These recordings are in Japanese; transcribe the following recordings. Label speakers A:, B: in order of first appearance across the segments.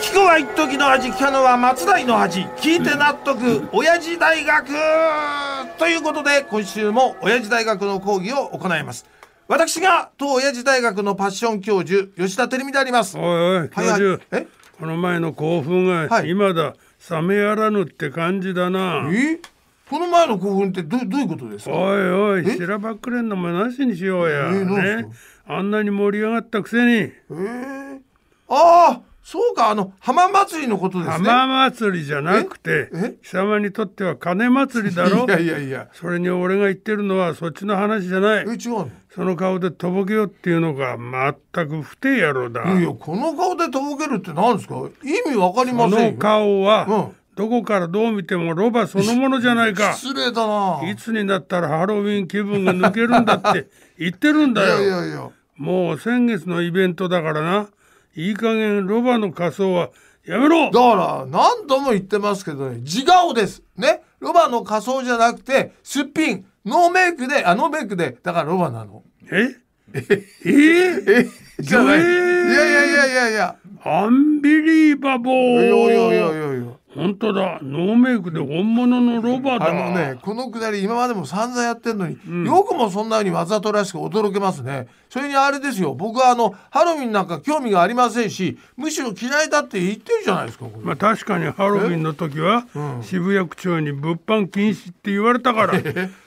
A: 聞くは一時の味聞かぬは松代の味聞いて納得親父大学ということで今週も親父大学の講義を行います私が当親父大学のパッション教授吉田照美であります
B: おいおい教授、
A: はいはいえ
B: この前の興奮
A: は
B: が
A: い
B: 今だ冷めやらぬって感じだな、
A: えこの前の興奮ってどどういうことですか
B: おいおい
A: え
B: しらばっくれんのもなしにしようや、
A: えなんす
B: ねあんなに盛り上がったくせに
A: ええああそうかあの浜祭りのことですね
B: 浜祭りじゃなくて
A: ええ
B: 貴様にとっては金祭りだろ
A: いやいやいや
B: それに俺が言ってるのはそっちの話じゃない
A: え違うの
B: その顔でとぼけよっていうのが全く不定野郎だ
A: いやいやこの顔でとぼけるって何ですか意味わかり
B: こ
A: ません
B: の
A: よ
B: 顔
A: うん
B: はどこからどう見てもロバそのものじゃな いか
A: 失礼だない
B: つになったらハロウィン気分が抜けるんだ って言ってるんだ
A: いやい
B: よ
A: やいや
B: もう先月のイベントだからないい加減ロバの仮装はやめ
A: だ
B: ろ
A: から何度も言ってますけどね自顔ですねロバの仮装じゃなくてすっぴんノーメイクであノーメイクでだからロバなの
B: ええ
A: えじゃないい
B: え
A: やい
B: ー
A: やいやいやいや
B: アンビリーバボ
A: いやいやいやい
B: ー
A: やいや
B: 本当だノーメイクで本物のロバだ
A: あのねこのくだり今までも散々やってんのに、よくもそんなようにわざとらしく驚けますねそれにあれですよ僕はあのハロウィンなんか興味がありませんしむしろ嫌いだって言ってるじゃないですかこれ
B: まあ確かにハロウィンの時は渋谷区長に物販禁止って言われたから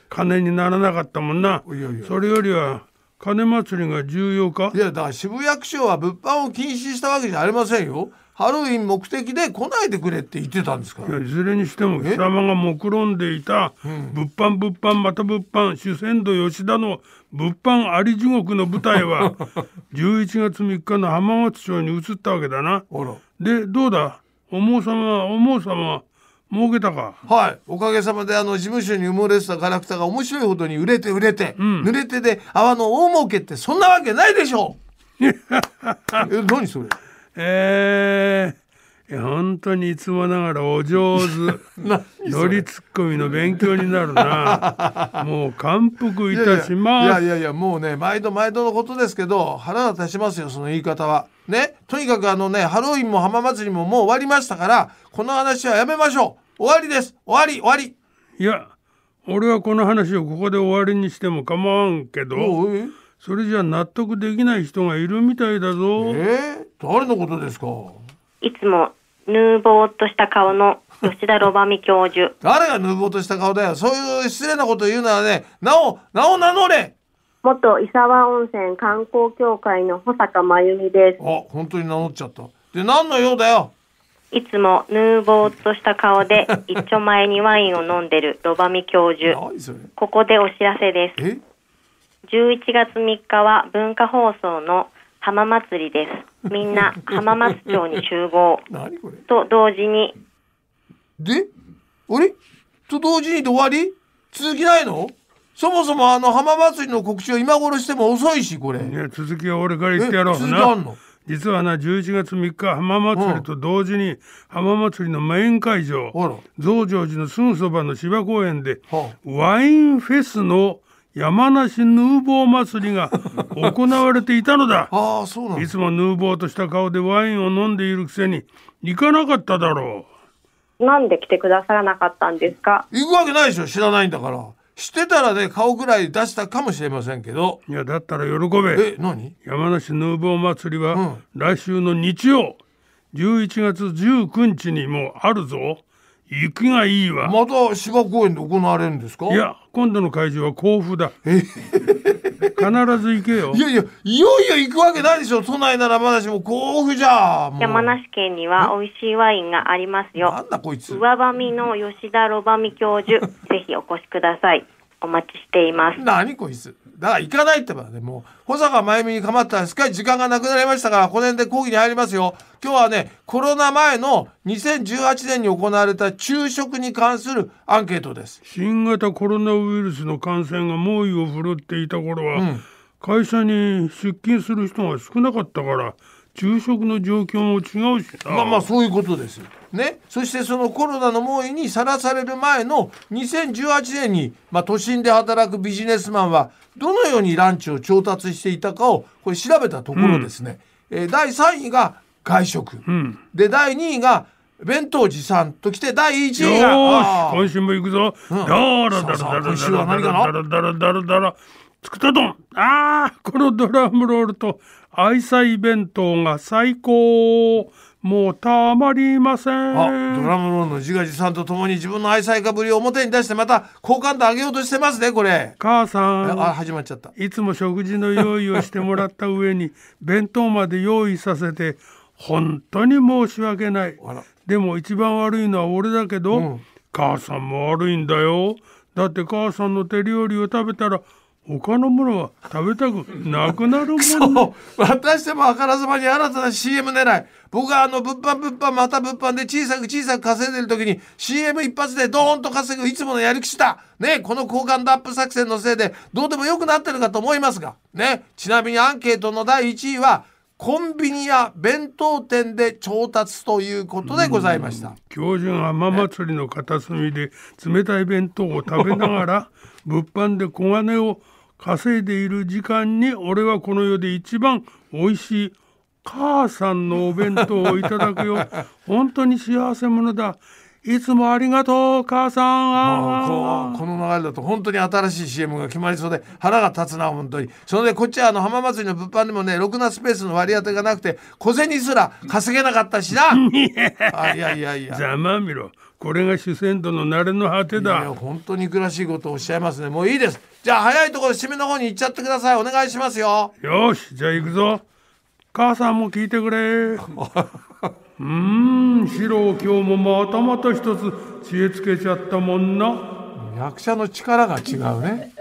B: 金にならなかったもんない
A: やいや
B: それよりは金祭りが重要か
A: いやだから渋谷区長は物販を禁止したわけじゃありませんよハロウィン目的で来ないでくれって言ってたんですか
B: い
A: ら
B: やいずれにしても貴様が目論んでいた物販物販また物販主戦度吉田の物販あり地獄の舞台 は11月3日の浜松町に移ったわけだな
A: あら
B: でどうだおもうさまおもうさま儲けたか
A: はいおかげさまであの事務所に埋もれてたガラクタが面白いほどに売れて売れて、濡れてで泡の大儲けってそんなわけないでし ょうえ何それ
B: えー、いや本当にいつもながらお上手
A: 何
B: 乗りツッコミの勉強にな るなもう感服いたします
A: いやいやいやもうね毎度毎度のことですけど腹が立ちますよその言い方はねとにかくあのねハロウィンも浜祭りももう終わりましたからこの話はやめましょう終わりです終わり終わり
B: いや俺はこの話をここで終わりにしても構わんけど
A: おうえ
B: それじゃ納得できない人がいるみたいだぞ
A: え誰のことですか
C: いつもぬぼーっとした顔の吉田ロバミ教授。
A: 誰がぬぼーっとした顔だよそういう失礼なこと言うならねなおなお名乗れ
C: 元伊沢温泉観光協会の保坂真由美で
A: あ本当に名乗っちゃったで何の用だよ
C: す。いつもぬぼーっとした顔で一丁前にワインを飲んでるロバミ教授。
A: 何それ
C: ここでお知らせです。
A: え
C: 11月3日は文化放送の浜祭りです。みんな浜松町に集合。
A: 何これ
C: と同時に、
A: であれと同時にで終わり続きないのそもそもあの浜祭りの告知を今頃しても遅いしこれ
B: いや続きは俺から言ってやろ
A: え
B: う
A: 続きあん
B: な
A: の
B: 実はな11月3日浜祭りと同時に浜祭りのメイン会場
A: あら
B: 増上寺のすぐそばの芝公園で
A: は
B: ワインフェスの山梨ヌーボー祭 りが行われていたのだ
A: ああそうなん
B: い
A: です
B: つもヌーボーとした顔でワインを飲んでいるくせに行かなかっただろう
C: なんで来てくださらなかったんですか
A: 行くわけないでしょ知らないんだから知ってたらね顔くらい出したかもしれませんけど
B: いやだったら喜べ
A: え何
B: 山梨ヌーボー祭りは、
A: うん
B: 来週の日曜11月19日にもうあるぞ行きがいいわ、
A: また芝公園で行われるんですか
B: いや今度の会場は甲府だ必ず行けよ
A: いやいやいよいよ行くわけないでしょ都内ならまだしも甲府じゃもう
C: 山梨県には美味しいワインがありますよ。
A: なんだこいつ
C: 上ばみの吉田ロバミ教授、ぜひお越しください。お待ちしています。
A: 何こいつだから行かないってばねもう保坂真由美に構ったらすっかり時間がなくなりましたからこの辺で講義に入りますよ今日はねコロナ前の2018年に行われた昼食に関するアンケートです
B: 新型コロナウイルスの感染が猛威を振るっていた頃は、会社に出勤する人が少なかったから昼食の状況も違うしな
A: まあまあそういうことですよねそしてそのコロナの猛威にさらされる前の2018年に、まあ、都心で働くビジネスマンはどのようにランチを調達していたかをこれ調べたところですね、えー第3位が外食、
B: うん。
A: で第2位が弁当持参ときて第
B: よ
A: 1位が
B: ーし、
A: あー
B: 今週も行くぞ。だ
A: ん
B: らだら
A: さ
B: だ
A: あさあ
B: らだ
A: 今週は
B: らだ
A: 何から
B: だらだらだらだら。つくたどん。ああ、このドラムロールと愛妻弁当が最高。もうたまりません。
A: あドラムロールの自画自賛とともに自分の愛妻家ぶりを表に出してまた好感度上げようとしてますねこれ
B: 母さ
A: ああ
B: ん。
A: 始まっちゃった
B: いつも食事の用意をしてもらった 上に弁当まで用意させて本当に申し訳ない
A: あら
B: でも一番悪いのは俺だけど、
A: うん
B: 母さんも悪いんだよだって母さんの手料理を食べたら他のものは食べたくなくなるもん、ね、
A: そう私でもあからさまに新たな CM 狙い僕はあの物販物販また物販で小さく小さく稼いでる時に CM 一発でドーンと稼ぐいつものやり口だねこの好感度アップ作戦のせいでどうでもよくなってるかと思いますがねちなみにアンケートの第1位はコンビニや弁当店で調達ということでございました
B: 教授が浜祭りの片隅で冷たい弁当を食べなが ら物販で小金を稼いでいる時間に俺はこの世で一番美味しい母さんのお弁当をいただく よ本当に幸せ者だいつもありがとう母さんあー
A: ああこうこの流れだと本当に新しい CM が決まりそうで腹が立つな本当にそれでこっちはあの浜祭りの物販でもねろくなスペースの割り当てがなくて小銭すら稼げなかったしな あいやいやいや
B: ざまあみろこれが主戦度の慣れの果
A: い
B: て
A: や
B: だ
A: 本当に苦しいことをおっしゃいますねもういいですじゃあ早いところで締めの方に行っちゃってくださいお願いしますよ
B: よしじゃあ行くぞ母さんも聞いてくれ うーんシロ今日もまたまた一つ知恵つけちゃったもんな
A: 役者の力が違うね